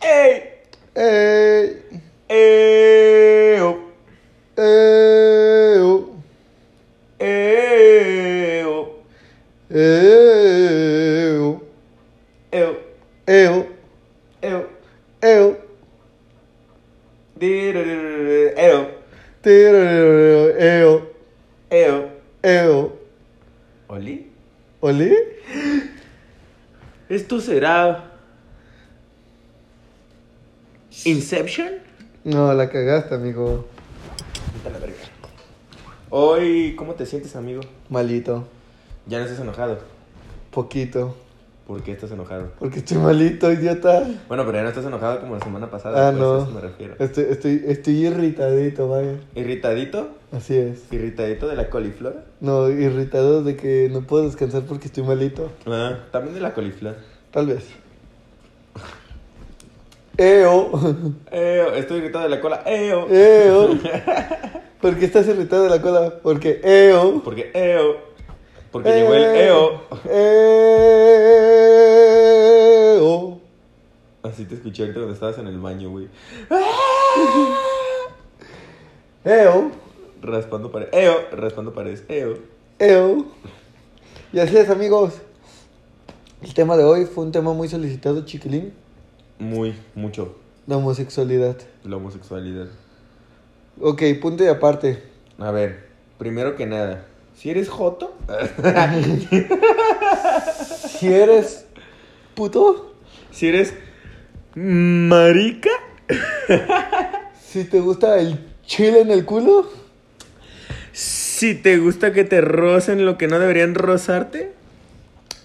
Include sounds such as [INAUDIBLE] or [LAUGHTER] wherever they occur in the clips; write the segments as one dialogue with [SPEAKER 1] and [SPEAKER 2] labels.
[SPEAKER 1] Ei!
[SPEAKER 2] Ei,
[SPEAKER 1] Eu!
[SPEAKER 2] eu,
[SPEAKER 1] Eu!
[SPEAKER 2] eu,
[SPEAKER 1] Eu!
[SPEAKER 2] eu,
[SPEAKER 1] Eu!
[SPEAKER 2] eu,
[SPEAKER 1] Dirururu, Eu!
[SPEAKER 2] tirururu, eu,
[SPEAKER 1] Eu!
[SPEAKER 2] eu.
[SPEAKER 1] oh. ¿Oli?
[SPEAKER 2] ¿Olí?
[SPEAKER 1] ¿Esto será. Inception?
[SPEAKER 2] No, la cagaste, amigo.
[SPEAKER 1] Vete a la verga. Hoy, ¿cómo te sientes, amigo?
[SPEAKER 2] Malito,
[SPEAKER 1] Ya no estás enojado.
[SPEAKER 2] poquito.
[SPEAKER 1] ¿Por qué estás enojado?
[SPEAKER 2] Porque estoy malito, idiota.
[SPEAKER 1] Bueno, pero ya no estás enojado como la semana pasada.
[SPEAKER 2] Ah,
[SPEAKER 1] pues, a
[SPEAKER 2] no.
[SPEAKER 1] eso me refiero.
[SPEAKER 2] Estoy, estoy, estoy irritadito, vaya.
[SPEAKER 1] ¿Irritadito?
[SPEAKER 2] Así es.
[SPEAKER 1] ¿Irritadito de la coliflor?
[SPEAKER 2] No, irritado de que no puedo descansar porque estoy malito.
[SPEAKER 1] Ah, también de la coliflor.
[SPEAKER 2] Tal vez. oh. Eo.
[SPEAKER 1] Eo, estoy irritado de la cola. Eo.
[SPEAKER 2] Eo. [LAUGHS] ¿Por qué estás irritado de la cola? Porque oh. eo.
[SPEAKER 1] [LAUGHS] Porque eo. Porque llegó el
[SPEAKER 2] Eh,
[SPEAKER 1] eo.
[SPEAKER 2] Eo.
[SPEAKER 1] Así te escuché ahorita cuando estabas en el baño, güey.
[SPEAKER 2] Eo.
[SPEAKER 1] Raspando paredes. Eo. Raspando paredes. Eo.
[SPEAKER 2] Eo. Y así es, amigos. El tema de hoy fue un tema muy solicitado, chiquilín.
[SPEAKER 1] Muy, mucho.
[SPEAKER 2] La homosexualidad.
[SPEAKER 1] La homosexualidad.
[SPEAKER 2] Ok, punto y aparte.
[SPEAKER 1] A ver, primero que nada. Si eres joto.
[SPEAKER 2] Si eres puto,
[SPEAKER 1] Si eres marica.
[SPEAKER 2] si te gusta el chile en el culo,
[SPEAKER 1] Si te gusta que te rocen lo que no deberían rozarte.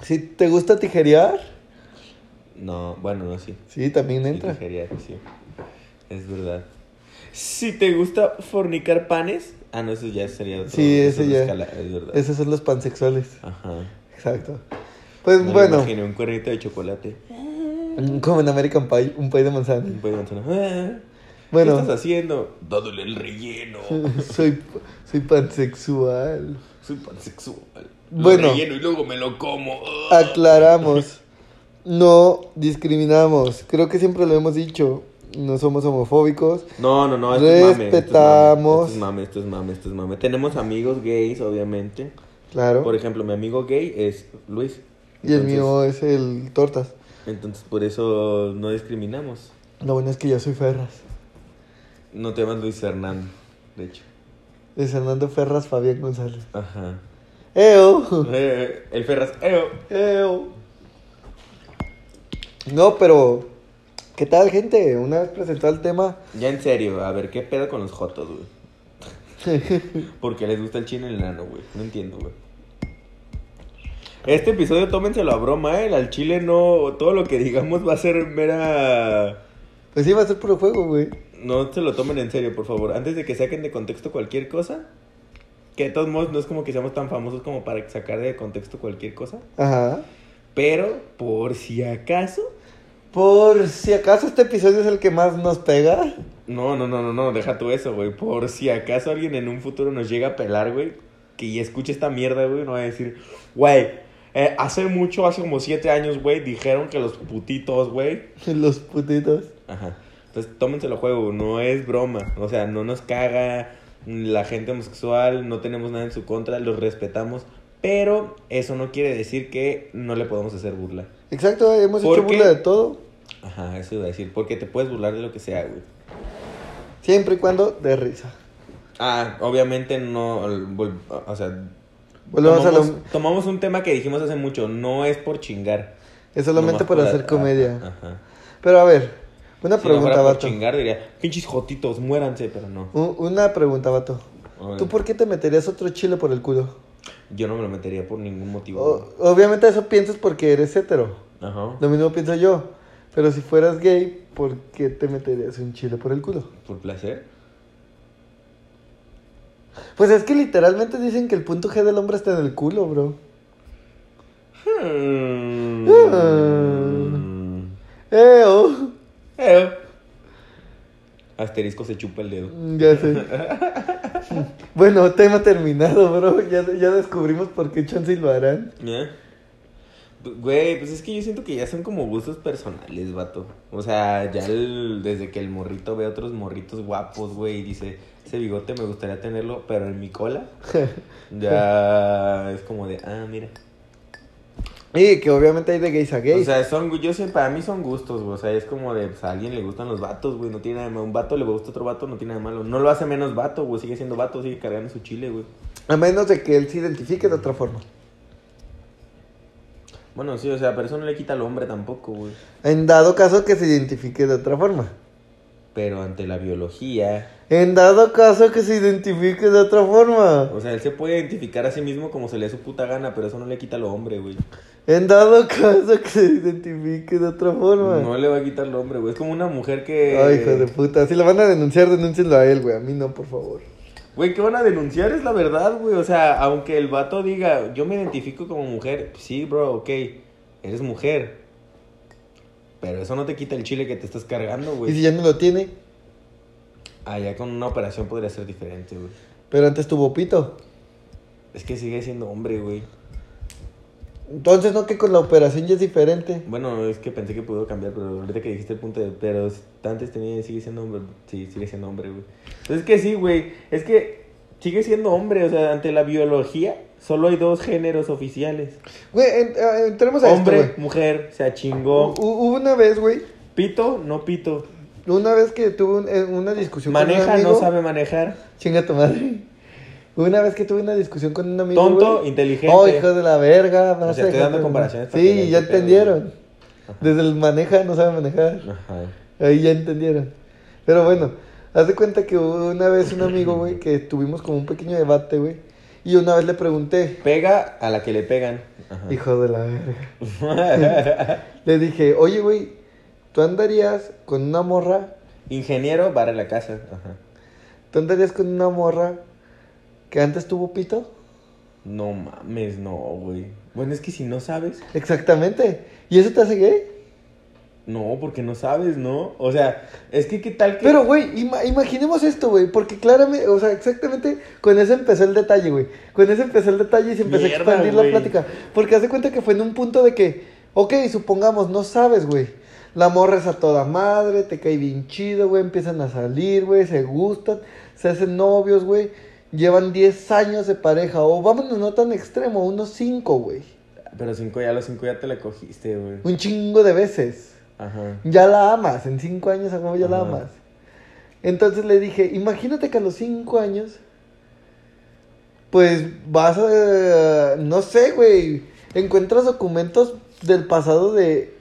[SPEAKER 2] si te gusta tijerear,
[SPEAKER 1] No, bueno, no, sí.
[SPEAKER 2] sí, también
[SPEAKER 1] Sí,
[SPEAKER 2] entra.
[SPEAKER 1] tijería, sí. Es verdad. Si te gusta fornicar panes. Ah, no, eso ya sería otro.
[SPEAKER 2] Sí,
[SPEAKER 1] es
[SPEAKER 2] ese
[SPEAKER 1] otra
[SPEAKER 2] ya.
[SPEAKER 1] escala, es verdad.
[SPEAKER 2] Esos son los pansexuales.
[SPEAKER 1] Ajá.
[SPEAKER 2] Exacto. Pues
[SPEAKER 1] Me
[SPEAKER 2] bueno,
[SPEAKER 1] Imaginé un cuernito de chocolate.
[SPEAKER 2] como en American Pie, un pie de
[SPEAKER 1] Un
[SPEAKER 2] manzana.
[SPEAKER 1] pollo de manzana. Ah, ¿Qué
[SPEAKER 2] Bueno,
[SPEAKER 1] estás haciendo? Dándole el relleno.
[SPEAKER 2] [LAUGHS] soy, soy pansexual.
[SPEAKER 1] Soy pansexual. Lo
[SPEAKER 2] Bueno.
[SPEAKER 1] relleno y luego me lo como. Ah.
[SPEAKER 2] Aclaramos. No discriminamos. Creo que siempre lo hemos dicho. No somos homofóbicos.
[SPEAKER 1] No, no, no, esto es mame, esto es mame,
[SPEAKER 2] Respetamos.
[SPEAKER 1] Esto es mame, esto es mame, esto es mame. Tenemos amigos gays, obviamente.
[SPEAKER 2] Claro.
[SPEAKER 1] Por ejemplo, mi amigo gay es Luis.
[SPEAKER 2] Y el
[SPEAKER 1] Entonces-
[SPEAKER 2] mío es el tortas.
[SPEAKER 1] Entonces, por eso no discriminamos.
[SPEAKER 2] Lo bueno es que yo soy Ferras.
[SPEAKER 1] No te llamas Luis Hernando, de hecho.
[SPEAKER 2] Es Hernando Ferras Fabián González.
[SPEAKER 1] Ajá. [LAUGHS]
[SPEAKER 2] ¡Eo!
[SPEAKER 1] Eh, el Ferraz, eo.
[SPEAKER 2] ¡Eo! No, pero. ¿Qué tal, gente? Una vez presentado el tema.
[SPEAKER 1] Ya en serio, a ver, ¿qué pedo con los jotos, güey? [LAUGHS] Porque les gusta el chino y el nano, güey. No entiendo, güey. Este episodio tómenselo a broma, ¿eh? Al chile no. Todo lo que digamos va a ser mera.
[SPEAKER 2] Pues sí, va a ser puro juego, güey.
[SPEAKER 1] No se lo tomen en serio, por favor. Antes de que saquen de contexto cualquier cosa. Que de todos modos no es como que seamos tan famosos como para sacar de contexto cualquier cosa.
[SPEAKER 2] Ajá.
[SPEAKER 1] Pero, por si acaso.
[SPEAKER 2] Por si acaso este episodio es el que más nos pega. [LAUGHS]
[SPEAKER 1] No, no, no, no, no, deja tú eso, güey. Por si acaso alguien en un futuro nos llega a pelar, güey, que y escuche esta mierda, güey, no va a decir, güey, eh, hace mucho, hace como siete años, güey, dijeron que los putitos, güey.
[SPEAKER 2] Los putitos.
[SPEAKER 1] Ajá. Entonces, tómenselo juego, no es broma. O sea, no nos caga la gente homosexual, no tenemos nada en su contra, los respetamos. Pero eso no quiere decir que no le podemos hacer burla.
[SPEAKER 2] Exacto, hemos
[SPEAKER 1] ¿Por
[SPEAKER 2] hecho
[SPEAKER 1] qué?
[SPEAKER 2] burla de todo.
[SPEAKER 1] Ajá, eso iba a decir, porque te puedes burlar de lo que sea, güey.
[SPEAKER 2] Siempre y cuando de risa.
[SPEAKER 1] Ah, obviamente no, vol- o sea,
[SPEAKER 2] Volvemos a
[SPEAKER 1] tomamos,
[SPEAKER 2] lo.
[SPEAKER 1] tomamos un tema que dijimos hace mucho, no es por chingar.
[SPEAKER 2] Es solamente
[SPEAKER 1] nomás
[SPEAKER 2] para
[SPEAKER 1] por-
[SPEAKER 2] hacer
[SPEAKER 1] ah,
[SPEAKER 2] comedia.
[SPEAKER 1] ah, Ajá.
[SPEAKER 2] Pero a ver, una
[SPEAKER 1] Si no
[SPEAKER 2] pregunta,
[SPEAKER 1] fuera por
[SPEAKER 2] vato.
[SPEAKER 1] chingar diría, pinches jotitos, muéranse, pero no.
[SPEAKER 2] U- Una pregunta, vato.
[SPEAKER 1] Oye,
[SPEAKER 2] ¿Tú por qué te meterías otro chile por el culo?
[SPEAKER 1] Yo no me lo metería por ningún motivo.
[SPEAKER 2] O- obviamente eso piensas porque eres hetero.
[SPEAKER 1] güey. Ajá.
[SPEAKER 2] Lo mismo pienso yo. Pero si fueras gay, ¿por qué te meterías un chile por el culo?
[SPEAKER 1] Por placer.
[SPEAKER 2] Pues es que literalmente dicen que el punto G del hombre está en el culo, bro.
[SPEAKER 1] Hmm.
[SPEAKER 2] ¡Eo!
[SPEAKER 1] Eh. Asterisco se chupa el dedo.
[SPEAKER 2] Mm, Ya sé.
[SPEAKER 1] [LAUGHS]
[SPEAKER 2] bueno, tema terminado, bro. Ya, ya descubrimos por qué Chance lo harán.
[SPEAKER 1] ¿Eh? Güey, pues es que yo siento que ya son como gustos personales, vato. O sea, ya el- desde que el morrito ve a otros morritos guapos, güey, y dice, ese bigote me gustaría tenerlo, pero en mi cola, ya es como de, ah, mira.
[SPEAKER 2] Y que obviamente hay de gays a gays.
[SPEAKER 1] O sea, son, gu- yo sé, para mí son gustos, güey. O sea, es como de, pues a alguien le gustan los vatos, güey, no tiene nada de malo. Un vato le gusta otro vato, no tiene nada de malo. No lo hace menos vato, güey, sigue siendo vato, sigue cargando su chile, güey.
[SPEAKER 2] a menos de que él se identifique de otra forma.
[SPEAKER 1] Bueno, sí, o sea, pero eso no le quita al hombre tampoco, güey.
[SPEAKER 2] En dado caso que se identifique de otra forma.
[SPEAKER 1] Pero ante la biología...
[SPEAKER 2] En dado caso que se identifique de otra forma.
[SPEAKER 1] O sea, él se puede identificar a sí mismo como se le dé su puta gana, pero eso no le quita lo hombre, güey.
[SPEAKER 2] En dado caso que se identifique de otra forma.
[SPEAKER 1] No eh. le va a quitar lo hombre, güey. Es como una mujer que.
[SPEAKER 2] Ay, hijo de puta. Si lo van a denunciar, denúncienlo a él, güey. A mí no, por favor.
[SPEAKER 1] Güey, que van a denunciar? Es la verdad, güey. O sea, aunque el vato diga, yo me identifico como mujer, sí, bro, ok, eres mujer. Pero eso no te quita el chile que te estás cargando,
[SPEAKER 2] Y si
[SPEAKER 1] güey.
[SPEAKER 2] ya no lo tiene,
[SPEAKER 1] Allá con una operación podría ser diferente, güey.
[SPEAKER 2] pero antes tuvo pito.
[SPEAKER 1] Es que sigue siendo hombre, güey.
[SPEAKER 2] Entonces, no que con la operación ya es diferente.
[SPEAKER 1] Bueno, es que pensé que pudo cambiar, pero ahorita que dijiste el punto de. Pero antes tenía. Sigue siendo hombre. Sí, sigue siendo hombre, güey. Entonces, es que sí, güey. Es que sigue siendo hombre. O sea, ante la biología, solo hay dos géneros oficiales:
[SPEAKER 2] Güey, en- eh, entremos a
[SPEAKER 1] hombre,
[SPEAKER 2] esto, güey. Uh,
[SPEAKER 1] mujer. Se achingó.
[SPEAKER 2] Hu- Hubo una vez, güey.
[SPEAKER 1] Pito, no pito.
[SPEAKER 2] Una vez que tuve un- eh, una discusión con un
[SPEAKER 1] Maneja,
[SPEAKER 2] amigo.
[SPEAKER 1] no sabe manejar.
[SPEAKER 2] Chinga tu madre. Una vez que tuve una discusión con un amigo.
[SPEAKER 1] Tonto,
[SPEAKER 2] güey.
[SPEAKER 1] inteligente.
[SPEAKER 2] Oh, hijo de la verga. vas
[SPEAKER 1] sea,
[SPEAKER 2] a
[SPEAKER 1] estoy
[SPEAKER 2] dejar
[SPEAKER 1] dando
[SPEAKER 2] de-
[SPEAKER 1] comparaciones para que
[SPEAKER 2] Sí,
[SPEAKER 1] vean
[SPEAKER 2] ya
[SPEAKER 1] qué pedo,
[SPEAKER 2] entendieron.
[SPEAKER 1] Ajá.
[SPEAKER 2] Desde el maneja, no sabe manejar.
[SPEAKER 1] Ajá.
[SPEAKER 2] Ahí ya entendieron. Pero bueno, haz de cuenta que hubo una vez un amigo, güey, que tuvimos como un pequeño debate, güey. Y una vez le pregunté,
[SPEAKER 1] Pega a la que le pegan. Ajá.
[SPEAKER 2] hijo de la verga.
[SPEAKER 1] [LAUGHS]
[SPEAKER 2] Le dije, oye, güey, ¿tú andarías con una morra?
[SPEAKER 1] Ingeniero, barre la casa. Ajá.
[SPEAKER 2] ¿Tú andarías con una morra que antes tuvo pito?
[SPEAKER 1] No mames, no, güey. Bueno, es que si no sabes.
[SPEAKER 2] Exactamente. ¿Y eso te hace gay?
[SPEAKER 1] No, porque no sabes, ¿no? O sea, es que qué tal que.
[SPEAKER 2] Pero, güey, ima- imaginemos esto, güey, porque claramente, o sea, exactamente con eso empezó el detalle, güey. Con eso empezó el detalle y se empezó
[SPEAKER 1] Mierda,
[SPEAKER 2] a expandir
[SPEAKER 1] güey.
[SPEAKER 2] la plática. Porque hace cuenta que fue en un punto de que, ok, supongamos, no sabes, güey. La morra es a toda madre, te cae bien chido, güey, empiezan a salir, güey, se gustan, se hacen novios, güey. Llevan 10 años de pareja, o vámonos no tan extremo, unos 5, güey.
[SPEAKER 1] Pero cinco ya, los cinco ya te la cogiste, güey.
[SPEAKER 2] Un chingo de veces.
[SPEAKER 1] Ajá.
[SPEAKER 2] Ya la amas, en cinco años a huevo ya la
[SPEAKER 1] Ajá.
[SPEAKER 2] amas. Entonces le dije, imagínate que a los cinco años, pues vas a, no sé, güey, encuentras documentos del pasado de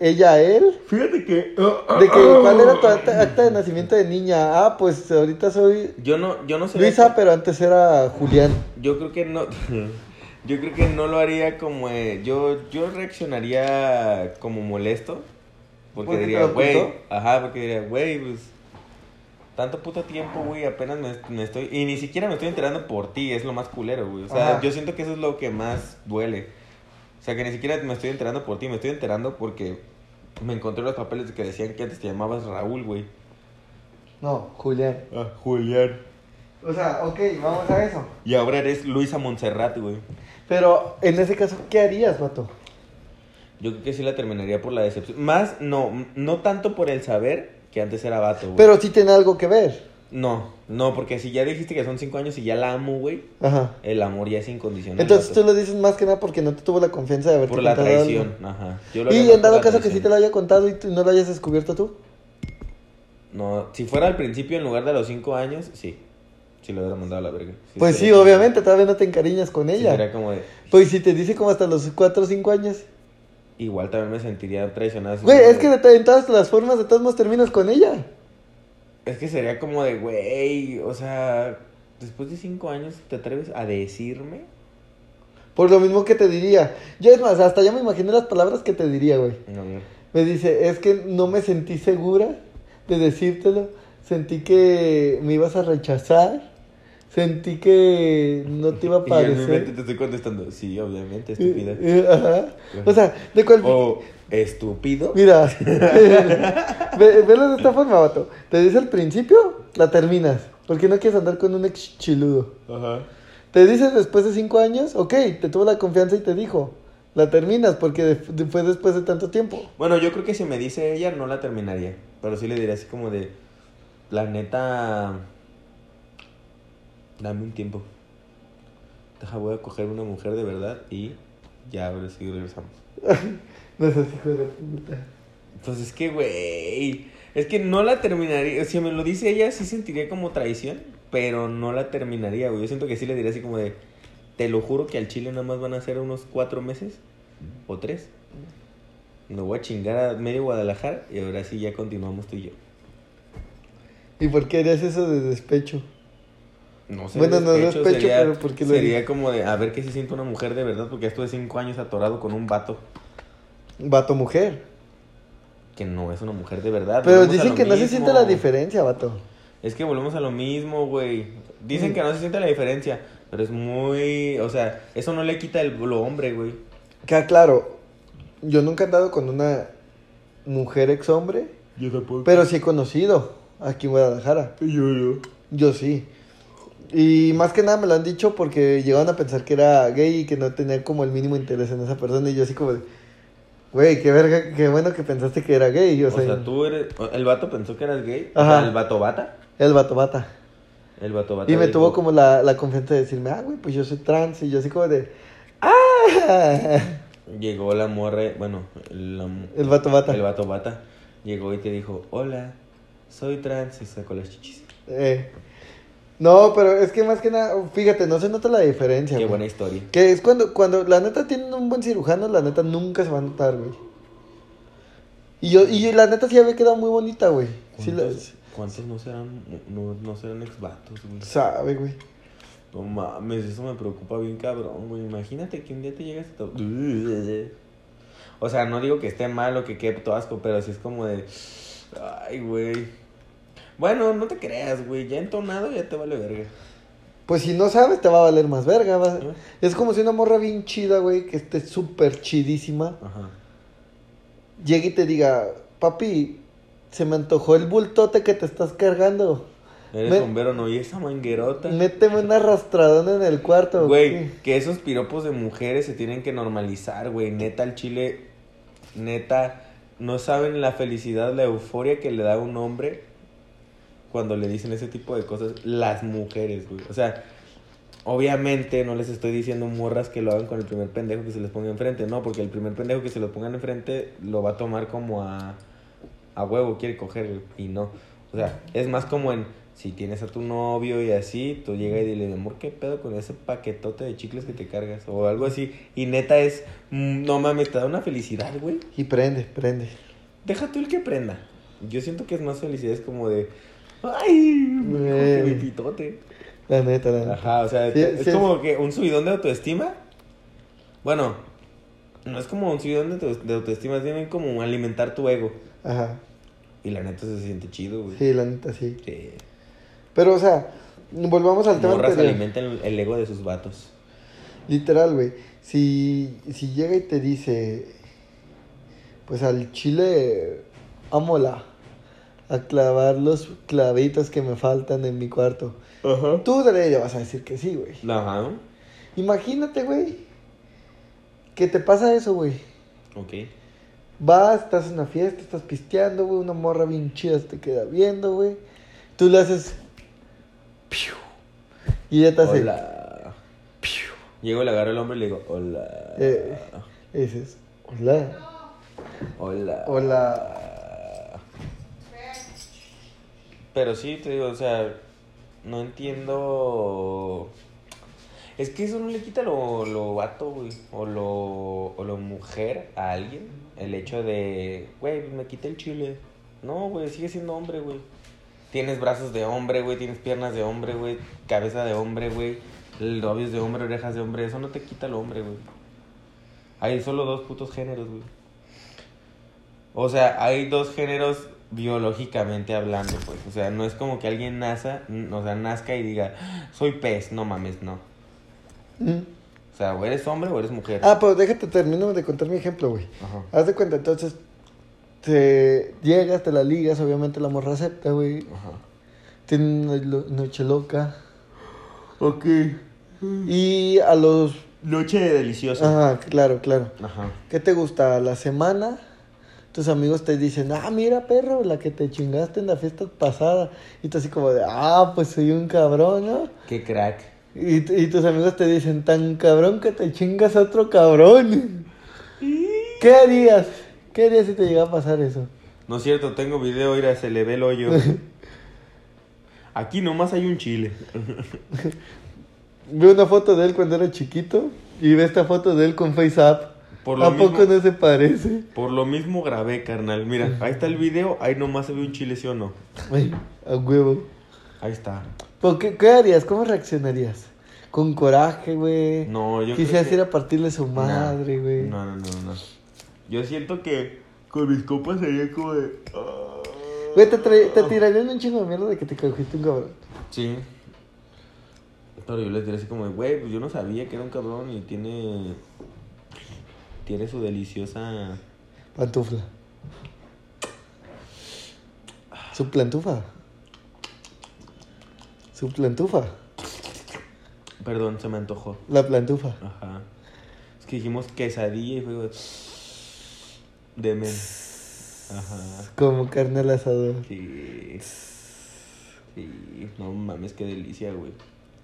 [SPEAKER 2] ella a él,
[SPEAKER 1] Fíjate que. ah,
[SPEAKER 2] de que cuál era tu acta, acta de nacimiento de niña. Ah, pues ahorita soy
[SPEAKER 1] Yo no, yo no sé.
[SPEAKER 2] Luisa, pero antes era Julián.
[SPEAKER 1] Yo creo que no. [LAUGHS] Yo creo que no lo haría como. eh, yo, yo reaccionaría como molesto. Porque
[SPEAKER 2] ¿Porque te
[SPEAKER 1] diría,
[SPEAKER 2] lo
[SPEAKER 1] güey.
[SPEAKER 2] ocultó?
[SPEAKER 1] Ajá, porque diría, güey, pues. Tanto puto tiempo, güey, apenas me, me estoy. Y ni siquiera me estoy enterando por ti, es lo más culero, güey. O sea,
[SPEAKER 2] Ajá.
[SPEAKER 1] yo siento que eso es lo que más duele. O sea, que ni siquiera me estoy enterando por ti, me estoy enterando porque me encontré los papeles que decían que antes te llamabas Raúl, güey.
[SPEAKER 2] No, Julián.
[SPEAKER 1] Ah, Julián.
[SPEAKER 2] O sea, ok, vamos a eso.
[SPEAKER 1] Y ahora eres Luisa Montserrat, güey.
[SPEAKER 2] Pero en ese caso, ¿qué harías, vato?
[SPEAKER 1] Yo creo que sí la terminaría por la decepción. Más, no, m- no tanto por el saber que antes era vato, güey.
[SPEAKER 2] Pero sí tiene algo que ver.
[SPEAKER 1] No, no, porque si ya dijiste que son cinco años y ya la amo, güey,
[SPEAKER 2] Ajá.
[SPEAKER 1] el amor ya es incondicional.
[SPEAKER 2] Entonces
[SPEAKER 1] vato.
[SPEAKER 2] tú lo dices más que nada porque no te tuvo la confianza de haberte
[SPEAKER 1] Por la
[SPEAKER 2] contado algo.
[SPEAKER 1] traición, ajá. Yo lo haría
[SPEAKER 2] Y
[SPEAKER 1] más
[SPEAKER 2] en dado
[SPEAKER 1] por la
[SPEAKER 2] caso que sí te
[SPEAKER 1] traición.
[SPEAKER 2] lo haya contado y tú no lo hayas descubierto tú.
[SPEAKER 1] No, si fuera al principio en lugar de los cinco años, sí. Sí lo hubiera mandado a la verga.
[SPEAKER 2] pues sí,
[SPEAKER 1] sería como-
[SPEAKER 2] obviamente, todavía no te encariñas con
[SPEAKER 1] sí
[SPEAKER 2] ella.
[SPEAKER 1] sería como de...
[SPEAKER 2] Pues si te dice como hasta los 4 o 5 años.
[SPEAKER 1] Igual también me sentiría traicionado. así
[SPEAKER 2] Güey,
[SPEAKER 1] como
[SPEAKER 2] es que de to- en todas las formas, de todos modos terminas con ella.
[SPEAKER 1] Es que sería como de, güey, o sea... Después de cinco años, ¿te atreves a decirme?
[SPEAKER 2] Por lo mismo que te diría. Yo es más, hasta ya me imaginé las palabras que te diría, güey.
[SPEAKER 1] No, no.
[SPEAKER 2] Me dice, es que no me sentí segura de decírtelo. Sentí que me ibas a rechazar. Sentí que no te iba a
[SPEAKER 1] [LAUGHS] Y yo en
[SPEAKER 2] parecer.
[SPEAKER 1] mi mente te estoy contestando, sí, obviamente, estúpida. Oh.
[SPEAKER 2] Eh, eh, ajá. O sea, de cual.
[SPEAKER 1] O estúpido. [LAUGHS]
[SPEAKER 2] Mira, [LAUGHS] ve- velo de esta forma, vato. Te dice al principio, la terminas. Porque no quieres andar con un ex chiludo.
[SPEAKER 1] Ajá.
[SPEAKER 2] Te dice después de cinco años, ok, te tuvo la confianza y te dijo. la terminas, porque de- de- fue después de tanto tiempo.
[SPEAKER 1] Bueno, yo creo que si me dice ella, no la terminaría. Pero sí le diría así como de. La neta. Dame un tiempo. Deja, voy a coger una mujer de verdad y ya ahora sí regresamos.
[SPEAKER 2] No seas hijo de puta.
[SPEAKER 1] Pues es que, güey. Es que no la terminaría. Si me lo dice ella, sí sentiría como traición. Pero no la terminaría, güey. Yo siento que sí le diría así como de. Te lo juro que al chile nada más van a ser unos cuatro meses. O tres. Me voy a chingar a medio Guadalajara. Y ahora sí ya continuamos tú y yo.
[SPEAKER 2] ¿Y por qué harías eso de despecho?
[SPEAKER 1] No sé.
[SPEAKER 2] Bueno, no
[SPEAKER 1] de
[SPEAKER 2] despecho, pero ¿por qué lo
[SPEAKER 1] Sería
[SPEAKER 2] dices?
[SPEAKER 1] como de. A ver qué se siente una mujer de verdad. Porque ya estuve cinco años atorado con un vato.
[SPEAKER 2] Vato mujer.
[SPEAKER 1] Que no es una mujer de verdad.
[SPEAKER 2] Pero
[SPEAKER 1] Volvemos Ah, pues a
[SPEAKER 2] dicen
[SPEAKER 1] lo
[SPEAKER 2] que no se siente la
[SPEAKER 1] mismo.
[SPEAKER 2] diferencia, vato.
[SPEAKER 1] Es que volvemos a lo mismo, güey. Dicen
[SPEAKER 2] Mm.
[SPEAKER 1] que no se siente la diferencia, pero es muy... O sea, eso no le quita el, lo hombre, güey.
[SPEAKER 2] Que ah, claro, yo nunca he andado con una mujer ex hombre,
[SPEAKER 1] Yo tampoco.
[SPEAKER 2] pero sí he conocido aquí en Guadalajara.
[SPEAKER 1] Yo, yo.
[SPEAKER 2] Yo sí. Y más que nada me lo han dicho porque llegaban a pensar que era gay y que no tenía como el mínimo interés en esa persona. Y yo así como de, güey, qué verga, qué bueno que pensaste que era gay.
[SPEAKER 1] O
[SPEAKER 2] O sea,
[SPEAKER 1] sea, tú eres... o- El vato pensó que eras gay.
[SPEAKER 2] Ajá.
[SPEAKER 1] O sea, el vato bata.
[SPEAKER 2] el vato bata.
[SPEAKER 1] El vato bata.
[SPEAKER 2] Y me
[SPEAKER 1] dijo,
[SPEAKER 2] tuvo como la, la confianza de decirme, ah, güey, pues yo soy trans. Y yo así como de, ah,
[SPEAKER 1] Llegó la morra... Bueno, la mu-
[SPEAKER 2] el vato bata.
[SPEAKER 1] el vato bata. Llegó y te dijo, hola, soy trans. Y sacó las chichis.
[SPEAKER 2] Eh, No, pero es que más que nada, fíjate, no se nota la diferencia.
[SPEAKER 1] Qué
[SPEAKER 2] güey.
[SPEAKER 1] buena historia.
[SPEAKER 2] Que es cuando, cuando la neta tienen un buen cirujano, la neta nunca se va a notar, güey. Y yo, y la neta sí había quedado muy bonita, güey. Sí la-
[SPEAKER 1] ¿Cuántos, cuántos no serán, no, no serán ex vatos, güey?
[SPEAKER 2] sabe, güey.
[SPEAKER 1] No mames, eso me preocupa bien cabrón, güey. Imagínate que un día te llegas a to- [LAUGHS] O sea, no digo que esté mal o que quede puto asco, pero sí es como de. Ay, güey. Bueno, no te creas, güey. Ya entonado ya te vale verga.
[SPEAKER 2] Pues si no sabes, te va a valer más verga. va-
[SPEAKER 1] ¿Eh?
[SPEAKER 2] Es como si una morra bien chida, güey, que esté súper chidísima,
[SPEAKER 1] Ajá.
[SPEAKER 2] llegue y te diga, papi, se me antojó el bultote que te estás cargando.
[SPEAKER 1] Eres
[SPEAKER 2] Me-
[SPEAKER 1] bombero, no. Y esa manguerota.
[SPEAKER 2] Méteme una arrastradona en el cuarto,
[SPEAKER 1] Güey, que esos piropos de mujeres se tienen que normalizar, güey. Neta, al chile. Neta, no saben la felicidad, la euforia que le da a un hombre cuando le dicen ese tipo de cosas las mujeres, güey. O sea, obviamente no les estoy diciendo morras que lo hagan con el primer pendejo que se les ponga enfrente, no, porque el primer pendejo que se lo pongan enfrente lo va a tomar como a, a huevo, quiere coger, güey, y no. O sea, es más como en si tienes a tu novio y así, tú llega y dile, amor, ¿qué pedo con ese paquetote de chicles que te cargas? O algo así. Y neta es, mm, no mames, te da una felicidad, güey.
[SPEAKER 2] Y prende, prende.
[SPEAKER 1] Deja tú el que prenda. Yo siento que es más felicidad, es como de. ¡Ay! como que mi
[SPEAKER 2] Güey.
[SPEAKER 1] pitote.
[SPEAKER 2] La neta, la neta.
[SPEAKER 1] Ajá, o sea,
[SPEAKER 2] Sí,
[SPEAKER 1] es
[SPEAKER 2] sí.
[SPEAKER 1] como que un subidón de autoestima. Bueno, no es como un subidón de, auto- de autoestima, es bien como alimentar tu ego.
[SPEAKER 2] Ajá.
[SPEAKER 1] Y la neta se siente chido, güey.
[SPEAKER 2] Sí, la neta, sí.
[SPEAKER 1] Eh,
[SPEAKER 2] Pero, o sea, volvamos al tema
[SPEAKER 1] morras
[SPEAKER 2] anterior.
[SPEAKER 1] alimentan el- el ego de sus vatos.
[SPEAKER 2] Literal, güey. Si, si llega y te dice, pues al chile, ámola a clavar los clavitos que me faltan en mi cuarto.
[SPEAKER 1] Ajá.
[SPEAKER 2] Tú de ella vas a decir que sí, güey.
[SPEAKER 1] Ajá.
[SPEAKER 2] Imagínate, güey, que te pasa eso, güey.
[SPEAKER 1] Ok.
[SPEAKER 2] Vas, estás en una fiesta, estás pisteando, güey, una morra bien chida se te queda viendo, güey. Tú le haces... piu, Y ella te hace...
[SPEAKER 1] Hola.
[SPEAKER 2] piu.
[SPEAKER 1] Llego, le agarro el hombre y le digo, hola.
[SPEAKER 2] Eh. Y dices, hola,
[SPEAKER 1] Hola.
[SPEAKER 2] hola.
[SPEAKER 1] Pero sí, te digo, o sea, no entiendo. Es que eso no le quita lo, lo vato, güey, o lo, o lo mujer a alguien. El hecho de, güey, me quita el chile. No, güey, sigue siendo hombre, güey. Tienes brazos de hombre, güey, tienes piernas de hombre, güey, cabeza de hombre, güey, labios de hombre, orejas de hombre. Eso no te quita lo hombre, güey. Hay solo dos putos géneros, güey. O sea, hay dos géneros biológicamente hablando, pues. O sea, no es como que alguien naza, n- o sea, nazca y diga, soy pez, no mames, no.
[SPEAKER 2] Mm.
[SPEAKER 1] O sea, o eres hombre o eres mujer.
[SPEAKER 2] Ah, pero déjate, termino de contar mi ejemplo, güey.
[SPEAKER 1] Ajá.
[SPEAKER 2] Haz de cuenta, entonces, te llegas, te la ligas, obviamente la morra acepta, güey.
[SPEAKER 1] Ajá.
[SPEAKER 2] Tiene una lo- noche loca.
[SPEAKER 1] Ok.
[SPEAKER 2] Y a los
[SPEAKER 1] noche deliciosa.
[SPEAKER 2] Ajá, claro, claro.
[SPEAKER 1] Ajá.
[SPEAKER 2] ¿Qué te gusta? La semana, tus amigos te dicen, ah, mira, perro, la que te chingaste en la fiesta pasada. Y tú así como de, ah, pues soy un cabrón, ¿no?
[SPEAKER 1] Qué crack.
[SPEAKER 2] Y, t- y tus amigos te dicen, tan cabrón que te chingas a otro cabrón. ¿Qué harías? ¿Qué harías si te llega a pasar eso?
[SPEAKER 1] No es cierto, tengo video, mira, se le ve el hoyo. Aquí nomás hay un chile.
[SPEAKER 2] Veo una foto de él cuando era chiquito y ve esta foto de él con FaceApp.
[SPEAKER 1] Por lo
[SPEAKER 2] ¿A poco
[SPEAKER 1] mismo-
[SPEAKER 2] no se parece?
[SPEAKER 1] Por lo mismo grabé, carnal. Mira, ahí está el video, ahí nomás se ve un chile, ¿sí o no?
[SPEAKER 2] Ay, a huevo.
[SPEAKER 1] Ahí está.
[SPEAKER 2] ¿Pero qué, qué harías? ¿Cómo reaccionarías? ¿Con coraje, güey?
[SPEAKER 1] No, yo
[SPEAKER 2] Quisieras
[SPEAKER 1] creo que-
[SPEAKER 2] ir a partirle su
[SPEAKER 1] No,
[SPEAKER 2] madre, güey.
[SPEAKER 1] No, no, no, no. Yo siento que con mis copas sería como de. ah.
[SPEAKER 2] Güey, te, tra- te tirarían un chingo de mierda de que te cogiste un cabrón.
[SPEAKER 1] Sí. Pero yo les diré así como de, güey, pues yo no sabía que era un cabrón y tiene. Tiene su deliciosa.
[SPEAKER 2] Pantufla. Su plantufa. Su plantufa.
[SPEAKER 1] Perdón, se me antojó.
[SPEAKER 2] La plantufa.
[SPEAKER 1] Ajá. Es que dijimos quesadilla y fue como de. de men. Ajá.
[SPEAKER 2] Como carne al asador.
[SPEAKER 1] Sí. Sí. No mames, qué delicia, güey.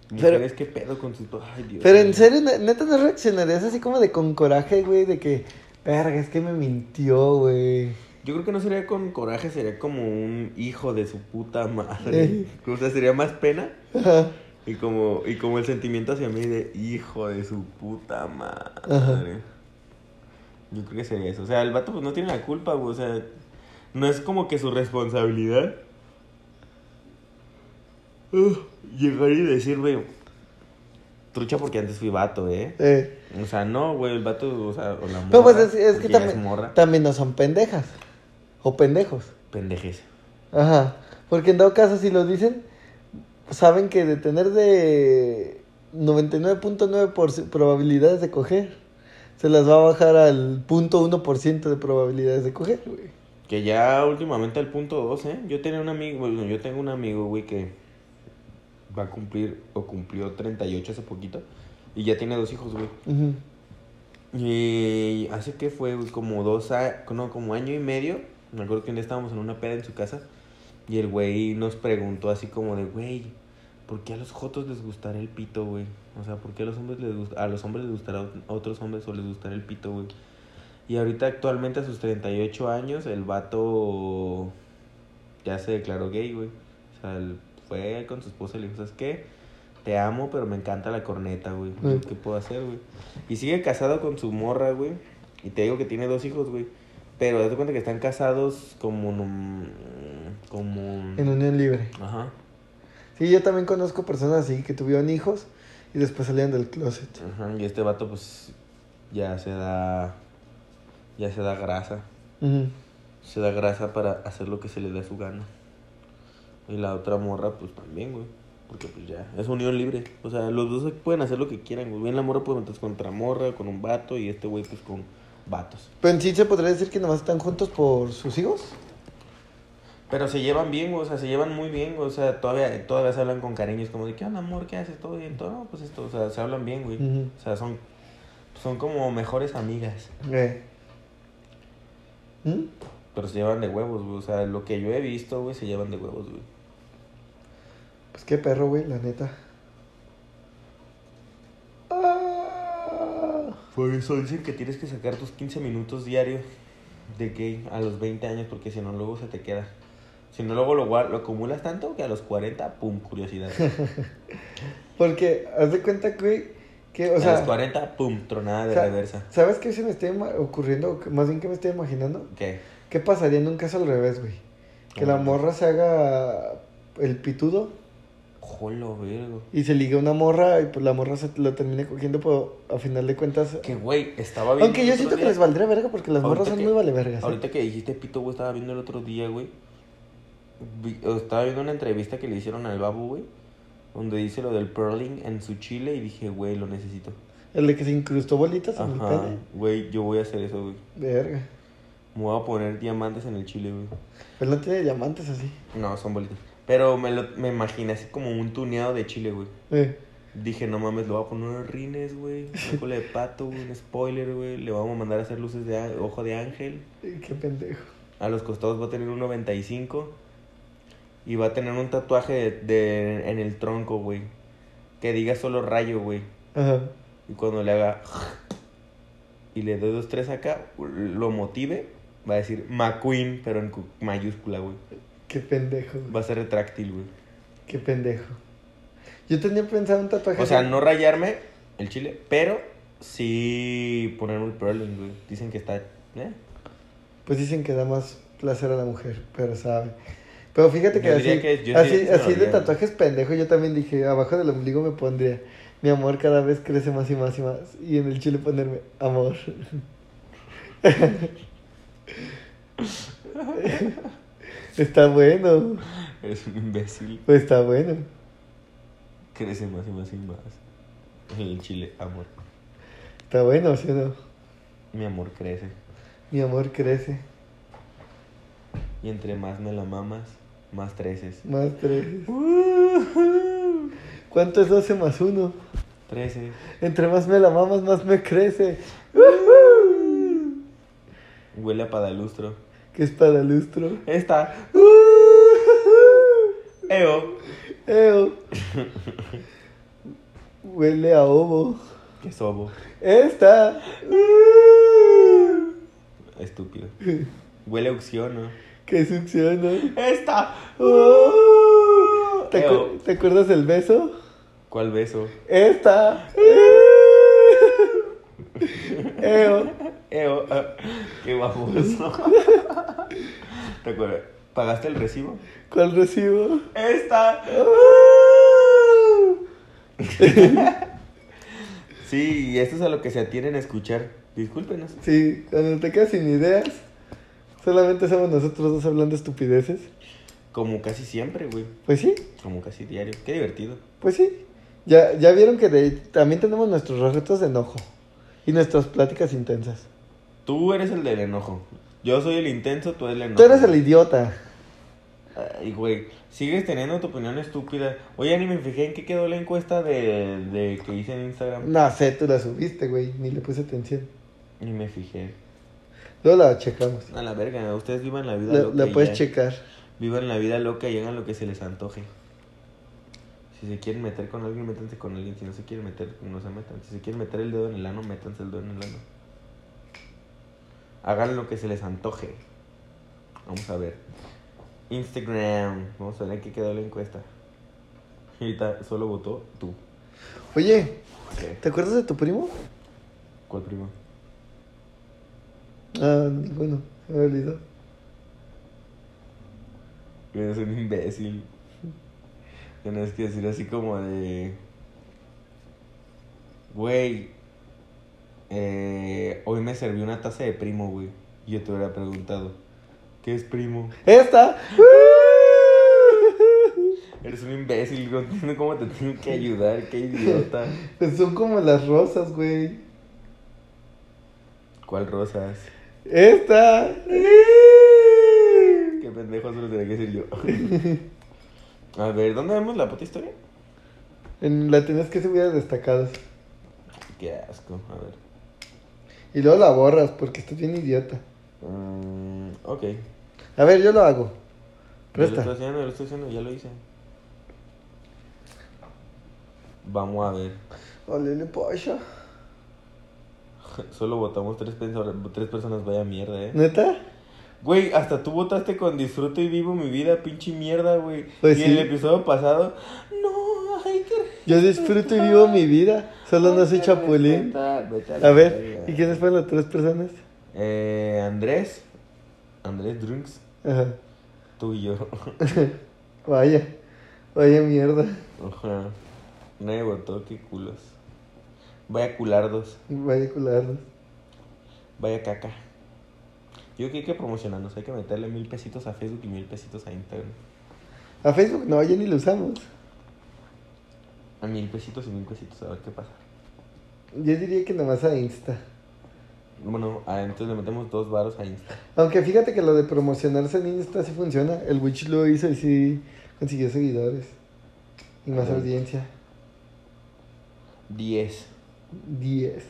[SPEAKER 2] Pero-
[SPEAKER 1] Mujeres, qué pedo con su. Ay, Dios.
[SPEAKER 2] Pero en
[SPEAKER 1] mío.
[SPEAKER 2] serio, ne- neta no reaccionarías así como de con coraje, güey, de que, verga, es que me mintió, güey. [LAUGHS]
[SPEAKER 1] Yo creo que no sería con coraje, sería como un hijo de su puta
[SPEAKER 2] Eh.
[SPEAKER 1] madre. o sea, sería más pena
[SPEAKER 2] Ajá.
[SPEAKER 1] y como, y como el sentimiento hacia mí de hijo de su puta madre.
[SPEAKER 2] Ajá.
[SPEAKER 1] Yo creo que sería eso. O sea, el vato pues no tiene la culpa, güey. O sea, no es como que su responsabilidad. uh, llegar y decirme, trucha porque antes fui vato, ¿eh?
[SPEAKER 2] Eh,
[SPEAKER 1] O sea, no, güey, el vato, o sea, o la morra.
[SPEAKER 2] Pero pues es, es
[SPEAKER 1] porque
[SPEAKER 2] que
[SPEAKER 1] ya
[SPEAKER 2] también,
[SPEAKER 1] morra.
[SPEAKER 2] también no son pendejas. O pendejos.
[SPEAKER 1] Pendejez.
[SPEAKER 2] Ajá. Porque en dado caso, si lo dicen, saben que de tener de 99.9% probabilidades de coger, se las va a bajar al 0.1% de probabilidades de coger, güey.
[SPEAKER 1] Que ya últimamente al punto 2, ¿eh? Yo tenía un amigo, bueno, yo tengo un amigo, güey, que va a cumplir o cumplió 38 hace poquito y ya tiene dos hijos, güey.
[SPEAKER 2] Ujú.
[SPEAKER 1] Y hace que fue, güey, como dos, a- no, como año y medio. Me acuerdo que un día estábamos en una peda en su casa y el güey nos preguntó así como de, güey, ¿por qué a los jotos les gustará el pito, güey? O sea, ¿por qué a los hombres les gust- a los hombres les gustará a otros hombres o les gustará el pito, güey? Y ahorita actualmente a sus 38 años el vato ya se declaró gay, güey. O sea, él fue con su esposa y le dijo, ¿sabes qué? Te amo, pero me encanta la corneta, güey.
[SPEAKER 2] Mm.
[SPEAKER 1] ¿Qué puedo hacer, güey? Y sigue casado con su morra, güey. Y te digo que tiene dos hijos, güey. Pero date cuenta que están casados como... num- Como...
[SPEAKER 2] En unión libre.
[SPEAKER 1] Ajá.
[SPEAKER 2] Sí, yo también conozco personas así que tuvieron hijos y después salían del closet.
[SPEAKER 1] Ajá, y este vato pues ya se da ya se da grasa,
[SPEAKER 2] Ujú.
[SPEAKER 1] se da grasa para hacer lo que se le dé a su gana. Y la otra morra pues también, güey, porque pues ya es unión libre, o sea, los dos pueden hacer lo que quieran, güey. Bien la morra puede meterse con otra morra, con un vato y este güey pues con vatos.
[SPEAKER 2] Pero en sí se podría decir que nomás están juntos por sus hijos.
[SPEAKER 1] Pero se llevan bien, güey, o sea, se llevan muy bien, güey, o sea, todavía todavía se hablan con cariño, es como de, "¿Qué onda, amor? ¿Qué haces? ¿Todo bien? Todo, no, pues esto, o sea, se hablan bien, güey.
[SPEAKER 2] Ujú.
[SPEAKER 1] O sea, son son como mejores amigas.
[SPEAKER 2] Eh. ¿Mm?
[SPEAKER 1] Pero se llevan de huevos, güey. O sea, lo que yo he visto, güey, se llevan de huevos, güey.
[SPEAKER 2] Pues qué perro, güey, la neta. Ah.
[SPEAKER 1] Por eso dicen que tienes que sacar tus 15 minutos diarios de gay a los 20 años, porque si no, luego se te queda. Si no, luego lo, guar- lo acumulas tanto que a los 40, pum,
[SPEAKER 2] [LAUGHS]
[SPEAKER 1] curiosidad.
[SPEAKER 2] Porque, haz de cuenta, güey, que,
[SPEAKER 1] a
[SPEAKER 2] o
[SPEAKER 1] los
[SPEAKER 2] sea,
[SPEAKER 1] 40, pum, tronada de
[SPEAKER 2] o sea,
[SPEAKER 1] reversa.
[SPEAKER 2] ¿sabes qué se me está ima- ocurriendo? O que- Más bien que me estoy imaginando.
[SPEAKER 1] ¿Qué?
[SPEAKER 2] ¿Qué pasaría en un caso al revés, güey? Que la
[SPEAKER 1] Ah.
[SPEAKER 2] morra se haga el pitudo
[SPEAKER 1] Jolo, vergo.
[SPEAKER 2] y se ligue a una morra y pues la morra se lo termine cogiendo, pero a final de cuentas...
[SPEAKER 1] Que, güey, estaba bien.
[SPEAKER 2] Aunque yo siento que les valdría verga porque las morras son muy ¿eh? vale vergas.
[SPEAKER 1] Ahorita que dijiste pito, güey, estaba viendo el otro día, güey. vi- o estaba viendo una entrevista que le hicieron al Babu, güey. Donde dice lo del pearling en su chile y dije, güey, lo necesito.
[SPEAKER 2] El de que se incrustó bolitas en el
[SPEAKER 1] Ajá,
[SPEAKER 2] pene.
[SPEAKER 1] güey, yo voy a hacer eso, güey.
[SPEAKER 2] Verga.
[SPEAKER 1] Me voy a poner diamantes en el chile, güey.
[SPEAKER 2] Pero no tiene diamantes así.
[SPEAKER 1] No, son bolitas. Pero me, lo, me imaginé así como un tuneado de chile, güey.
[SPEAKER 2] Eh.
[SPEAKER 1] Dije, no mames, le voy a poner unos rines, güey. Una cola de pato, güey. Un spoiler, güey. Le vamos a mandar a hacer luces de á- ojo de ángel.
[SPEAKER 2] Qué pendejo.
[SPEAKER 1] A los costados va a tener un 95. Y va a tener un tatuaje de, de- en el tronco, güey. Que diga solo rayo, güey.
[SPEAKER 2] Ajá.
[SPEAKER 1] Y cuando le haga... Y le doy dos, tres acá, lo motive. Va a decir McQueen, pero en cu- mayúscula, güey.
[SPEAKER 2] Qué pendejo. güey.
[SPEAKER 1] Va a ser retráctil, güey.
[SPEAKER 2] Qué pendejo. Yo tenía pensado un tatuaje.
[SPEAKER 1] O sea,
[SPEAKER 2] así.
[SPEAKER 1] no rayarme el chile, pero sí ponerme el perling, güey. Dicen que está. ¿eh?
[SPEAKER 2] Pues dicen que da más placer a la mujer, pero sabe. Pero fíjate que
[SPEAKER 1] Yo
[SPEAKER 2] así,
[SPEAKER 1] diría que- yo
[SPEAKER 2] así,
[SPEAKER 1] diría que se
[SPEAKER 2] así de
[SPEAKER 1] dolía, ¿no?
[SPEAKER 2] tatuajes pendejo, yo también dije, abajo del ombligo me pondría, mi amor cada vez crece más y más y más, y en el chile ponerme, amor. [LAUGHS] está bueno,
[SPEAKER 1] Eres un imbécil.
[SPEAKER 2] pues está bueno.
[SPEAKER 1] Crece más y más y más. El chile, amor.
[SPEAKER 2] Está bueno, ¿sí o no?
[SPEAKER 1] Mi amor crece.
[SPEAKER 2] Mi amor crece,
[SPEAKER 1] Y entre más me la mamas, más creces.
[SPEAKER 2] más crece. ¿Cuánto es 12 más 1?
[SPEAKER 1] Trece.
[SPEAKER 2] Entre más me la mamas, más me crece.
[SPEAKER 1] Huele a padalustro.
[SPEAKER 2] Que es para lustro.
[SPEAKER 1] Esta. Eo.
[SPEAKER 2] Eo. Huele a ovo.
[SPEAKER 1] Que sobo.
[SPEAKER 2] Esta.
[SPEAKER 1] Estúpido. Huele a uxiono.
[SPEAKER 2] Que succiona.
[SPEAKER 1] Esta.
[SPEAKER 2] ¿Te,
[SPEAKER 1] Eo.
[SPEAKER 2] acu- te acuerdas del beso?
[SPEAKER 1] ¿Cuál beso?
[SPEAKER 2] Esta. Eo.
[SPEAKER 1] Eo, ah, qué baboso. ¿Te acuerdas? ¿Pagaste el recibo?
[SPEAKER 2] ¿Cuál recibo?
[SPEAKER 1] Esta. Sí, y esto es a lo que se atienen a escuchar. Discúlpenos.
[SPEAKER 2] Sí, cuando te quedas sin ideas, solamente somos nosotros dos hablando estupideces.
[SPEAKER 1] Como casi siempre, güey.
[SPEAKER 2] Pues sí,
[SPEAKER 1] Como casi diario. Qué divertido.
[SPEAKER 2] Pues sí. Ya, ya vieron que de- también tenemos nuestros retos de enojo y nuestras pláticas intensas.
[SPEAKER 1] Tú eres el del enojo. Yo soy el intenso, tú eres el enojo.
[SPEAKER 2] Tú eres el idiota.
[SPEAKER 1] Ay, güey, sigues teniendo tu opinión estúpida. Oye, ni me fijé en qué quedó la encuesta de, de que hice en Instagram.
[SPEAKER 2] No sé, tú la subiste, güey. Ni le puse atención.
[SPEAKER 1] Ni me fijé.
[SPEAKER 2] Luego la checamos.
[SPEAKER 1] A la verga, ustedes vivan la vida
[SPEAKER 2] La,
[SPEAKER 1] loca.
[SPEAKER 2] la
[SPEAKER 1] y
[SPEAKER 2] puedes
[SPEAKER 1] ya.
[SPEAKER 2] checar.
[SPEAKER 1] Vivan la vida loca y hagan lo que se les antoje. Si se quieren meter con alguien, métanse con alguien. Si no se quieren meter, no se metan. Si se quieren meter el dedo en el ano, métanse el dedo en el ano. Hagan lo que se les antoje. Vamos a ver. Instagram. Vamos a ver en qué quedó la encuesta. Y ahorita solo votó tú.
[SPEAKER 2] Oye,
[SPEAKER 1] ¿Qué?
[SPEAKER 2] ¿te acuerdas de tu primo?
[SPEAKER 1] ¿Cuál primo?
[SPEAKER 2] Ah, ninguno. Se me olvidó.
[SPEAKER 1] Eres un imbécil. Tienes que decir así como de. Güey. eh, hoy me serví una taza de primo, güey. Y yo te hubiera preguntado: ¿Qué es primo?
[SPEAKER 2] ¡Esta! [LAUGHS]
[SPEAKER 1] Eres un imbécil, no entiendo [LAUGHS] cómo te tengo que ayudar, qué idiota.
[SPEAKER 2] Pues son como las rosas, güey.
[SPEAKER 1] ¿Cuál rosas?
[SPEAKER 2] ¡Esta!
[SPEAKER 1] Qué pendejo, eso lo tenía que decir yo. [LAUGHS] A ver, ¿dónde vemos la puta historia?
[SPEAKER 2] En- La tenías que subir a destacados.
[SPEAKER 1] Qué asco, a ver.
[SPEAKER 2] Y luego la borras porque estás bien idiota.
[SPEAKER 1] Mm, ok.
[SPEAKER 2] A ver, yo lo
[SPEAKER 1] Yo
[SPEAKER 2] hago.
[SPEAKER 1] lo
[SPEAKER 2] Presta.
[SPEAKER 1] estoy haciendo, yo lo estoy haciendo, ya lo hice. Vamos a ver. [LAUGHS]
[SPEAKER 2] Olele pollo.
[SPEAKER 1] Solo votamos tres, pensadores- tres personas, vaya mierda, eh.
[SPEAKER 2] ¿Neta?
[SPEAKER 1] Güey, hasta tú votaste con disfruto y vivo mi vida, pinche mierda, güey.
[SPEAKER 2] Pues
[SPEAKER 1] y
[SPEAKER 2] sí.
[SPEAKER 1] el episodio pasado, no, hay que.
[SPEAKER 2] Yo disfruto y vivo mi vida. Solo no
[SPEAKER 1] hay
[SPEAKER 2] soy
[SPEAKER 1] que
[SPEAKER 2] chapulín.
[SPEAKER 1] respetar, vete la
[SPEAKER 2] A ver,
[SPEAKER 1] verga.
[SPEAKER 2] ¿y quiénes fueron las tres personas?
[SPEAKER 1] Eh, Andrés. Andrés Drunks,
[SPEAKER 2] Ajá.
[SPEAKER 1] tú y yo. [LAUGHS]
[SPEAKER 2] Vaya. Vaya mierda.
[SPEAKER 1] Ajá. Nadie votó, qué culos. Vaya culardos.
[SPEAKER 2] Vaya culardos.
[SPEAKER 1] Vaya caca. Yo creo que hay que promocionarnos, hay que meterle mil pesitos a Facebook y mil pesitos a Instagram.
[SPEAKER 2] A Facebook no, ya ni lo usamos.
[SPEAKER 1] A mil pesitos y mil pesitos, a ver qué pasa.
[SPEAKER 2] Yo diría que nomás a Insta.
[SPEAKER 1] Bueno, ah, entonces le metemos dos varos a Insta.
[SPEAKER 2] Aunque fíjate que lo de promocionarse en Insta sí funciona. El Witch lo hizo y sí consiguió seguidores. Y más
[SPEAKER 1] Ah.
[SPEAKER 2] audiencia.
[SPEAKER 1] 10.
[SPEAKER 2] 10.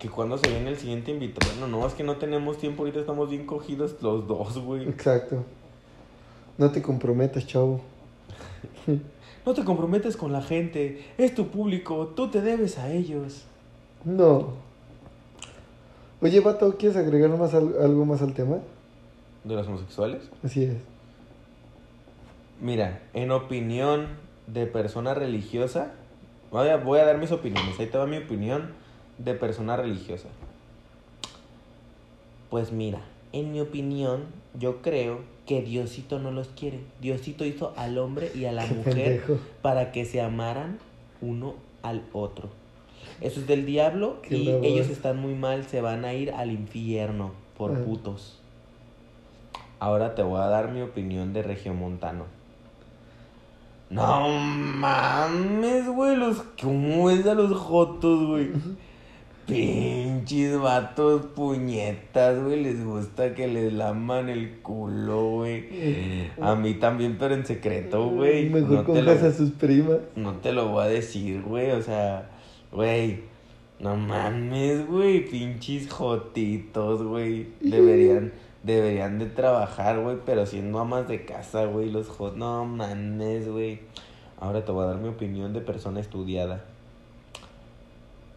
[SPEAKER 1] Que cuando se viene el siguiente invitado. Bueno, no, es que no tenemos tiempo. Ahorita estamos bien cogidos los dos, güey.
[SPEAKER 2] Exacto. No te comprometas, chavo.
[SPEAKER 1] No te comprometes con la gente. Es tu público. Tú te debes a ellos.
[SPEAKER 2] No. Oye, Vato, ¿quieres agregar más al- algo más al tema?
[SPEAKER 1] ¿De los homosexuales?
[SPEAKER 2] Así es.
[SPEAKER 1] Mira, en opinión de persona religiosa, voy a, voy a dar mis opiniones. Ahí te va mi opinión de persona religiosa. Pues mira, en mi opinión, yo creo que Diosito no los quiere. Diosito hizo al hombre y a la
[SPEAKER 2] Qué
[SPEAKER 1] mujer
[SPEAKER 2] pendejo.
[SPEAKER 1] para que se amaran uno al otro. Eso es del diablo
[SPEAKER 2] Qué
[SPEAKER 1] y
[SPEAKER 2] labor.
[SPEAKER 1] ellos están muy mal, se van a ir al infierno por
[SPEAKER 2] Ah.
[SPEAKER 1] putos. Ahora te voy a dar mi opinión de Regiomontano. No mames, güey, los cómo es a los jotos, güey. Pinches vatos puñetas, güey, les gusta que les laman el culo, güey. A mí también, pero en secreto, güey.
[SPEAKER 2] Eh. [LAUGHS] Mejor
[SPEAKER 1] No te lo-
[SPEAKER 2] compras a sus primas.
[SPEAKER 1] no te lo voy a decir, güey. O sea, güey. No mames, güey. Pinches jotitos, güey. Deberían, deberían de trabajar, güey. Pero siendo amas de casa, güey. Los jot. No mames, güey. Ahora te voy a dar mi opinión de persona estudiada.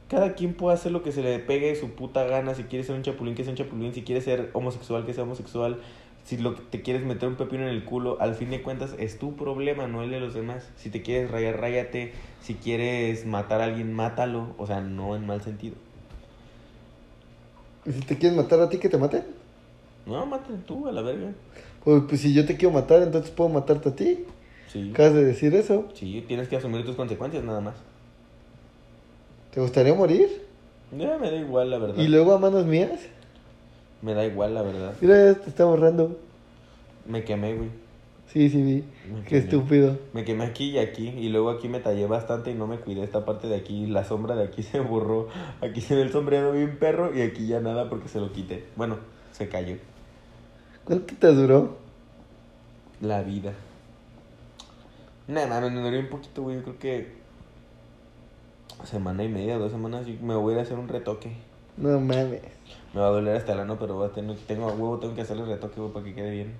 [SPEAKER 1] Cada quien puede hacer lo que se le pegue de su puta gana. Si quieres ser un chapulín, que sea un chapulín. Si quieres ser homosexual, que sea homosexual. Si lo que te quieres meter un pepino en el culo, al fin de cuentas es tu problema, no el de los demás. Si te quieres rayar, ráyate. Si quieres matar a alguien, mátalo. O sea, no en mal sentido.
[SPEAKER 2] ¿Y si te quieren matar a ti, que te maten?
[SPEAKER 1] No, mátalo tú, a la verga.
[SPEAKER 2] Pues, pues si yo te quiero matar, entonces puedo matarte a ti.
[SPEAKER 1] Sí.
[SPEAKER 2] Acabas de decir eso.
[SPEAKER 1] Sí, tienes que asumir tus consecuencias nada más.
[SPEAKER 2] ¿Te gustaría morir?
[SPEAKER 1] Ya me da igual, la verdad.
[SPEAKER 2] ¿Y luego a manos mías?
[SPEAKER 1] Me da igual, la verdad.
[SPEAKER 2] Mira, ya te está borrando.
[SPEAKER 1] Me quemé, güey.
[SPEAKER 2] Sí, sí, vi.
[SPEAKER 1] Me
[SPEAKER 2] Qué
[SPEAKER 1] quemé.
[SPEAKER 2] estúpido.
[SPEAKER 1] Me quemé aquí y aquí, y luego aquí me tallé bastante y no me cuidé esta parte de aquí. La sombra de aquí [LAUGHS] se borró. Aquí se ve el sombrero bien perro y aquí ya nada porque se lo quité. Bueno, se cayó.
[SPEAKER 2] ¿Cuánto te duró?
[SPEAKER 1] La vida. Nada, me duré un poquito, güey. Yo creo que. Semana y media, dos semanas, y me voy a ir a hacer un retoque.
[SPEAKER 2] No mames.
[SPEAKER 1] Me va a doler hasta el ano, pero voy a tener, tengo a huevo, tengo que hacerle retoque, güey, para que quede bien.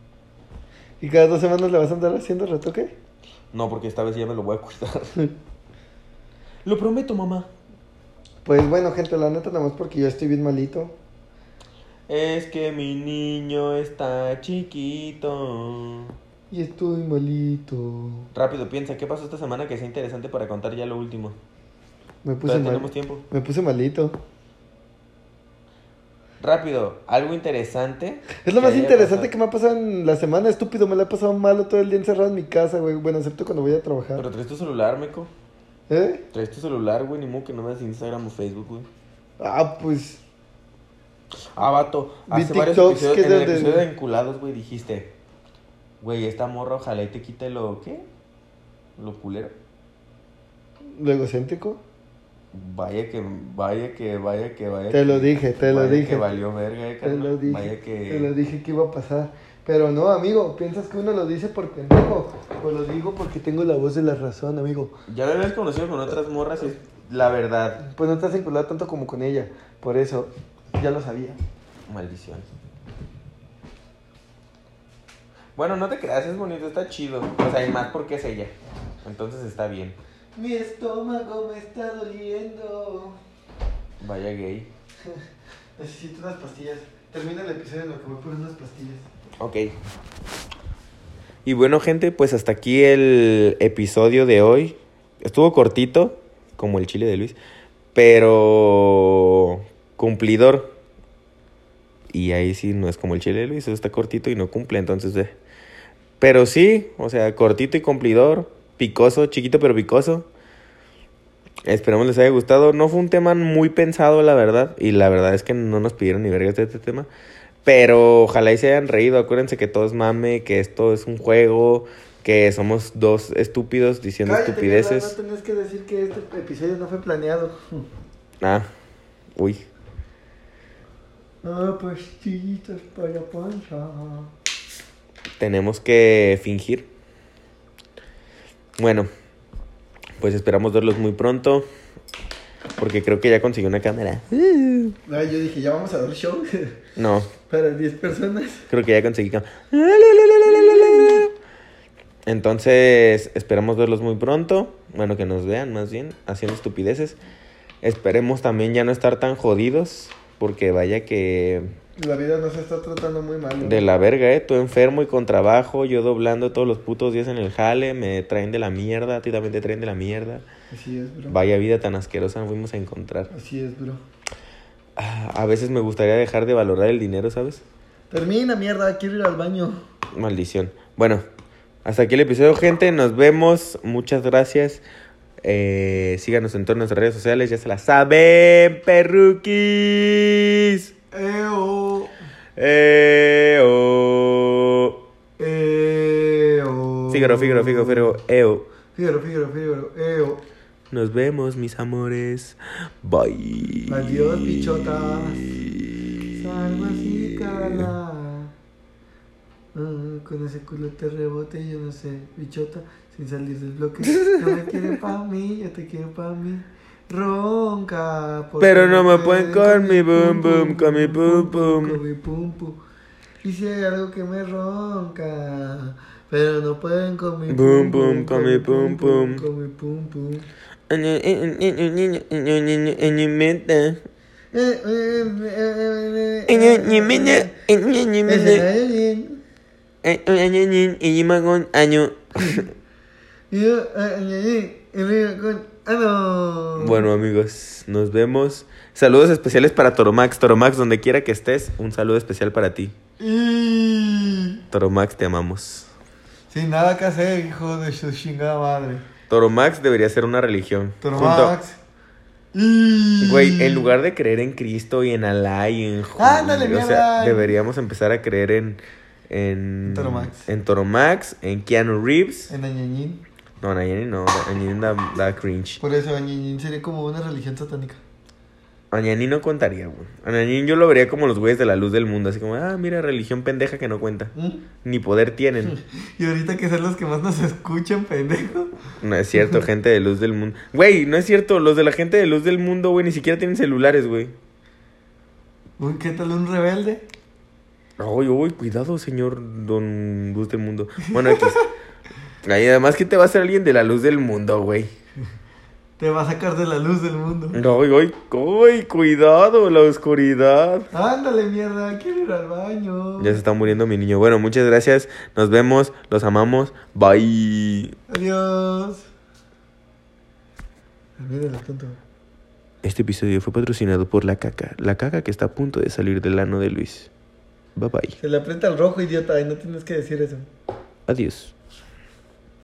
[SPEAKER 2] ¿Y cada dos semanas le vas a andar haciendo retoque?
[SPEAKER 1] No, porque esta vez ya me lo voy a cuidar. [LAUGHS] lo prometo, mamá.
[SPEAKER 2] Pues bueno, gente, la neta, nada más porque yo estoy bien malito.
[SPEAKER 1] Es que mi niño está chiquito.
[SPEAKER 2] Y estoy malito.
[SPEAKER 1] Rápido, piensa, ¿qué pasó esta semana que sea interesante para contar ya lo último?
[SPEAKER 2] Me puse
[SPEAKER 1] Todavía
[SPEAKER 2] mal-
[SPEAKER 1] tenemos tiempo.
[SPEAKER 2] Me puse malito.
[SPEAKER 1] Rápido, algo interesante.
[SPEAKER 2] Es lo más
[SPEAKER 1] haya
[SPEAKER 2] interesante
[SPEAKER 1] pasado.
[SPEAKER 2] que me ha pasado en la semana, estúpido. Me la he pasado malo todo el día encerrado en mi casa, güey. Bueno, excepto cuando voy a trabajar.
[SPEAKER 1] Pero traes tu celular, meco.
[SPEAKER 2] ¿Eh?
[SPEAKER 1] Traes tu celular, güey, ni modo que no veas Instagram o Facebook, güey.
[SPEAKER 2] Ah, pues.
[SPEAKER 1] Ah, vato,
[SPEAKER 2] Vi
[SPEAKER 1] hace varios
[SPEAKER 2] TikToks
[SPEAKER 1] episodios,
[SPEAKER 2] que
[SPEAKER 1] en el
[SPEAKER 2] de- de-
[SPEAKER 1] episodio de Enculados, güey, dijiste, güey, esta morra ojalá y te quite lo, ¿qué? Lo culero.
[SPEAKER 2] Lo egocéntrico.
[SPEAKER 1] Vaya que, vaya que, vaya que, vaya
[SPEAKER 2] Te
[SPEAKER 1] que-
[SPEAKER 2] lo dije, te lo
[SPEAKER 1] vaya
[SPEAKER 2] dije.
[SPEAKER 1] que valió verga, eh,
[SPEAKER 2] Te lo
[SPEAKER 1] carnal.
[SPEAKER 2] dije.
[SPEAKER 1] Vaya que...
[SPEAKER 2] Te lo dije que iba a pasar. Pero no, amigo, piensas que uno lo dice por pendejo. Pues lo digo porque tengo la voz de la razón, amigo.
[SPEAKER 1] Ya lo habías conocido con otras morras y es la verdad.
[SPEAKER 2] Pues no estás vinculado tanto como con ella. Por eso, ya lo sabía.
[SPEAKER 1] Maldición. Bueno, no te creas, es bonito, está chido. O sea, y más porque es ella. Entonces está bien.
[SPEAKER 2] Mi estómago me está doliendo.
[SPEAKER 1] Vaya gay.
[SPEAKER 2] Necesito unas pastillas. Termina el episodio en lo que voy por unas pastillas.
[SPEAKER 1] Ok. Y bueno, gente, pues hasta aquí el episodio de hoy. Estuvo cortito, como el chile de Luis, pero cumplidor. Y ahí sí no es como el chile de Luis, eso está cortito y no cumple, entonces. eh. Pero sí, o sea, cortito y cumplidor, picoso, chiquito pero picoso. Esperemos les haya gustado. No fue un tema muy pensado, la verdad. Y la verdad es que no nos pidieron ni vergas de este tema. Pero ojalá y se hayan reído. Acuérdense que todo es mame, que esto es un juego, que somos dos estúpidos diciendo estupideces.
[SPEAKER 2] No tenías que decir que este episodio no fue
[SPEAKER 1] [LAUGHS]
[SPEAKER 2] planeado.
[SPEAKER 1] Ah, uy.
[SPEAKER 2] Ah, pastillitas para panza.
[SPEAKER 1] Tenemos que fingir. Bueno, pues esperamos verlos muy pronto. Porque creo que ya consiguió una cámara.
[SPEAKER 2] Ay, yo dije, ya vamos a dar show [LAUGHS]
[SPEAKER 1] No,
[SPEAKER 2] para 10 personas.
[SPEAKER 1] creo que ya conseguí cámara. Entonces, esperamos verlos muy pronto. Bueno, que nos vean más bien, haciendo estupideces. Esperemos también ya no estar tan jodidos. Porque vaya que
[SPEAKER 2] La vida nos está tratando muy mal. ¿no?
[SPEAKER 1] De la verga, eh. Tú enfermo y con trabajo, yo doblando todos los putos días en el jale, me traen de la mierda, a ti también te traen de la mierda.
[SPEAKER 2] Así es, bro.
[SPEAKER 1] Vaya vida tan asquerosa fuimos a encontrar.
[SPEAKER 2] Así es, bro.
[SPEAKER 1] Ah, A veces me gustaría dejar de valorar el dinero, ¿sabes?
[SPEAKER 2] Termina, mierda, quiero ir al baño.
[SPEAKER 1] Maldición. Bueno, hasta aquí el episodio, gente. Nos vemos. Muchas gracias. Eh, síganos en todas nuestras redes sociales, ya se las saben, perruquis.
[SPEAKER 2] Eo.
[SPEAKER 1] Eh, oh.
[SPEAKER 2] Eo.
[SPEAKER 1] Fígaro, fígaro, fígaro, fígaro, eo.
[SPEAKER 2] Fígaro, fígaro, fígaro. Eo.
[SPEAKER 1] Nos vemos, mis amores. Bye.
[SPEAKER 2] Adiós, bichotas. Salva así, cara. Ah, con ese culo te rebote, yo no sé, bichota, sin salir del bloque. No me
[SPEAKER 1] [LAUGHS]
[SPEAKER 2] quiere pa' mí, yo te quiero pa' mí. Ronca. porque
[SPEAKER 1] Pero no me pueden con mi bum,
[SPEAKER 2] pum,
[SPEAKER 1] bum, con mi pum, pum.
[SPEAKER 2] Con mi pum pum. Y si hay algo que me ronca. Pero no pueden con mi
[SPEAKER 1] Bum, bum, con mi pum, pum.
[SPEAKER 2] Con mi pum pum. Eh, eh, eh, eh, eh, eh. Ese no es bien.
[SPEAKER 1] Eh,
[SPEAKER 2] Y yo, eh, eh, eh, y luego con- ah, no.
[SPEAKER 1] Bueno amigos, nos vemos. Saludos especiales para Toromax. Toromax, donde quiera que estés, un saludo especial para ti.
[SPEAKER 2] Y-
[SPEAKER 1] Toromax, te amamos.
[SPEAKER 2] Sin nada que hacer, hijo de su chingada madre.
[SPEAKER 1] Toromax debería ser una religión.
[SPEAKER 2] Tormax. Y-
[SPEAKER 1] Junto- Güey, en lugar de creer en Cristo y en Alá y en Ju-
[SPEAKER 2] Ándale,
[SPEAKER 1] o sea,
[SPEAKER 2] mierda.
[SPEAKER 1] deberíamos empezar a creer en en
[SPEAKER 2] Toromax.
[SPEAKER 1] en Toromax, en Keanu Reeves.
[SPEAKER 2] En Añañín.
[SPEAKER 1] No, Nayani no, Nayani da, da cringe.
[SPEAKER 2] Por eso Añañín sería como una religión satánica.
[SPEAKER 1] Nayani no contaría, güey. A Nayani yo lo vería como los güeyes de la luz del mundo, así como, ah, mira, religión pendeja que no cuenta.
[SPEAKER 2] ¿Mm?
[SPEAKER 1] Ni poder tienen.
[SPEAKER 2] Y ahorita que son los que más nos escuchan, pendejo.
[SPEAKER 1] No es cierto, gente de luz del mundo. Güey, no es cierto, los de la gente de luz del mundo, güey, ni siquiera tienen celulares, güey.
[SPEAKER 2] Uy, ¿qué tal un rebelde?
[SPEAKER 1] Ay, uy, cuidado, señor Don Luz del Mundo. Bueno, X. Ay, además que te va a hacer alguien de la luz del mundo, güey.
[SPEAKER 2] Te va a sacar de la luz del mundo.
[SPEAKER 1] Ay, ay, ay, cuidado, la oscuridad.
[SPEAKER 2] Ándale, mierda, quiero ir al baño.
[SPEAKER 1] Ya se está muriendo mi niño. Bueno, muchas gracias. Nos vemos, los amamos. Bye.
[SPEAKER 2] Adiós. Olvídalo, tonto.
[SPEAKER 1] Este episodio fue patrocinado por La Caca, la caca que está a punto de salir del ano de Luis. Bye bye.
[SPEAKER 2] Se le aprieta el rojo, idiota, y no tienes que decir eso.
[SPEAKER 1] Adiós.